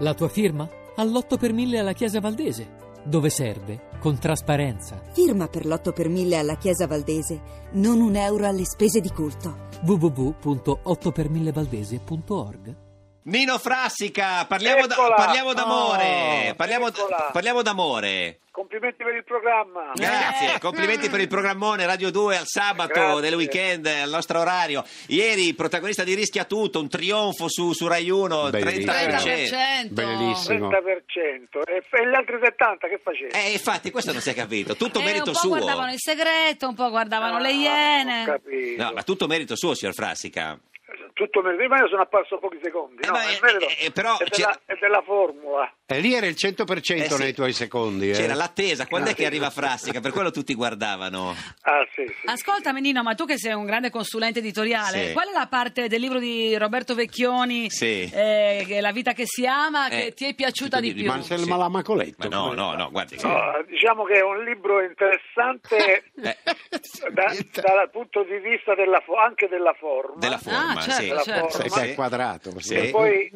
La tua firma? All'8 per 1000 alla Chiesa Valdese, dove serve con trasparenza. Firma per l'8 per 1000 alla Chiesa Valdese, non un euro alle spese di culto. www.8per1000valdese.org Nino Frassica, parliamo, da- Eccola! parliamo d'amore. Oh, parliamo, eccola. parliamo d'amore. Complimenti per il programma. Eh. Grazie, complimenti per il programmone Radio 2 al sabato Grazie. del weekend, al nostro orario. Ieri protagonista di Rischia Tutto, un trionfo su, su Rai 1, Bellissimo. 30%. 30%. Eh, Bellissimo. 30%. E, e gli altri 70 che facevi? Eh, infatti, questo non si è capito, tutto Eh, merito un po' suo. guardavano il segreto, un po' guardavano le Ah, Ho iene. capito. No, ma tutto merito suo, signor Frassica. Tutto merito. Ma io sono apparso pochi secondi. Eh, no, ma- è, merito. eh, eh, però è, c'è- della, è della formula. E lì era il 100% Eh sì. nei tuoi secondi. eh. C'era l'attesa, quando è che arriva Frassica? Per quello tutti guardavano. Ah, sì, sì. Ascoltami Nino, ma tu che sei un grande consulente editoriale, Sì. qual è la parte del libro di Roberto Vecchioni, Sì. eh, che è La vita che si ama, che Eh, ti è piaciuta di più? ma- Marcel Sì. Ma Malamacoletto. no, no, no, guardi. Oh. No, diciamo che è un libro interessante Eh, da- dal punto di vista della fo- anche della forma. della forma, certo, sì. certo. Della Sai forma. che è al quadrato. Sì. E poi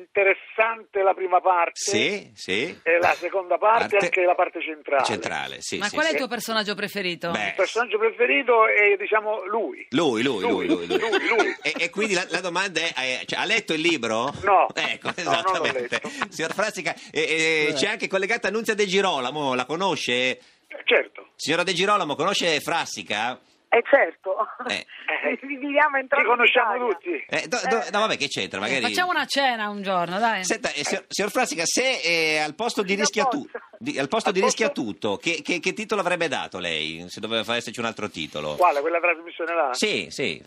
interessante la prima parte. Sì, sì. E la seconda parte, anche la parte centrale. Centrale, sì. ma sì, qual è sì. il tuo personaggio preferito? Eh, Beh, Il personaggio preferito è, diciamo, lui. Lui, lui, lui, lui, lui. Lui, lui. E, e quindi la, la domanda è, eh, cioè, ha letto il libro? No. Ecco, No, esattamente. non l'ho letto. Signor Frassica, eh, eh, c'è anche collegata Annunzia De Girolamo, la conosce? Certo. Signora De Girolamo, conosce Frassica? Eh certo, Eh. Eh. viviamo in Ti conosciamo Italia. tutti. Eh, do- do- no, vabbè, che c'entra, Eh, magari... facciamo una cena un giorno, dai. Senta, eh, signor, signor Frassica, se eh, al posto di Io rischia posso. tu- di- al posto Al di posto? rischia tutto, che, che- che titolo avrebbe dato lei? Se doveva esserci un altro titolo? Quale? Quella trasmissione là? Sì, sì.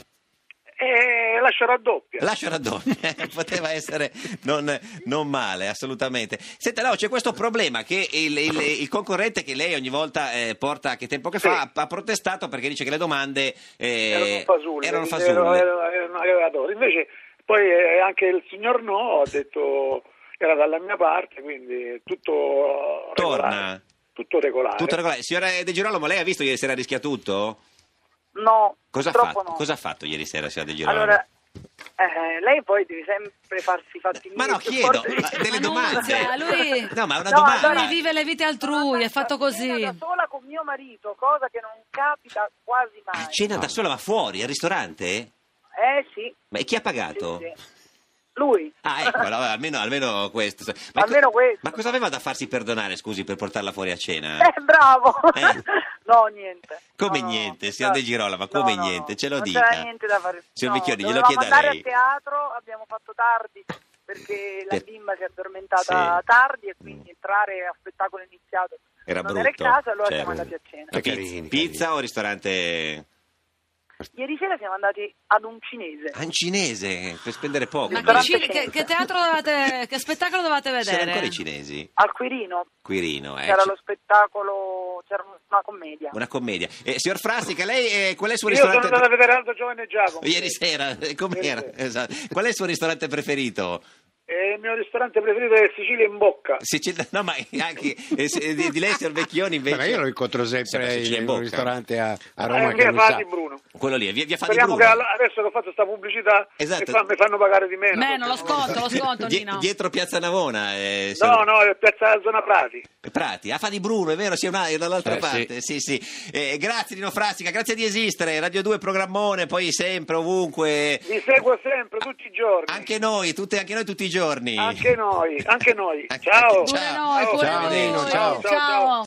Eh, lascio raddoppia. Lascio raddoppia, poteva essere non, non male, assolutamente. Senta, no, c'è questo problema che il, il- il concorrente che lei ogni volta eh, porta che tempo che fa ha protestato perché dice che le domande eh, erano fasulle. erano fasulle. erano- erano- erano aggravatori. Invece poi eh, anche il signor No ha detto era dalla mia parte, quindi tutto Torna. regolare. Tutto regolare. Tutto regolare. Signora De Girolamo, lei ha visto ieri sera rischia tutto? No, Cosa ha, purtroppo fatto? no. Cosa ha fatto ieri sera, signora De Girolamo? Allora, eh, lei poi deve sempre farsi i fatti ma no, miei, chiedo forse- ma delle Ma non- domande. cioè, lui- No, ma è una No, domanda. Lui Oh, vive le vite altrui, è fatto Sono così. andata a cena da sola con mio marito, cosa che non capita quasi mai. A cena da sola, ma fuori, al ristorante? Eh sì. Ma e chi ha sì, pagato? sì. Lui. Ah, ecco, allora, almeno, almeno questo. co- Almeno questo. Ma cosa aveva da farsi perdonare, scusi, per portarla fuori a cena? Eh, bravo. Eh. No, niente. Come No, no, niente, no. signor De Girolamo, come No, no, niente, ce lo non dica. c'era niente da fare. Signor Vecchioni, glielo dovevamo chieda andare lei. a teatro, abbiamo fatto tardi perché la Per- bimba si è addormentata Sì. Mm. tardi e quindi entrare a spettacolo iniziato Era non brutto. era in casa, allora certo. siamo andati a cena. Ma pizza, Carini, pizza o ristorante Ieri sera siamo andati ad un cinese. ah, in cinese per spendere poco? Ma Durante che, Ma- ci- che- che teatro dovevate, che spettacolo dovevate Sono ancora vedere? i cinesi? Al Quirino Quirino, eh. c'era c- lo spettacolo, c'era una commedia. Una commedia. Eh, signor Frassica, lei eh, qual è il suo Io sono ristorante? andato a vedere Aldo Giovane Giacomo. Ieri sera, eh, com'era? Ieri sera. Esatto. Qual è il suo ristorante preferito? E Eh, il mio ristorante preferito è Sicilia in Bocca. Sicilia- no, ma anche eh, se- di, di lei, signor Vecchioni, invece. Vabbè, io lo incontro sempre Sicilia in in bocca. un ristorante a, a Eh, Roma. via che lui Fati sa. Bruno. Quello lì, via, via Fadi Speriamo che Bruno. al- adesso che ho fatto questa pubblicità Esatto. mi, fa- mi fanno pagare di meno. Meno, lo sconto, lo sconto, Die- Nino. dietro Piazza Navona, eh, No, signor- no, è piazza zona Prati. Prati, a fa di Bruno, è vero, sì, è una- è dall'altra Eh, parte. Sì, sì. Eh, grazie Nino Frassica, grazie di esistere. Radio 2 programmone, poi sempre, ovunque. Vi seguo sempre, tutti i giorni. Anche noi, tutte- anche noi tutti i giorni. Anche noi, anche noi. Anche- Ciao. Pure Ciao. noi, pure Ciao, noi. Nino, ciao. Ciao, ciao. ciao.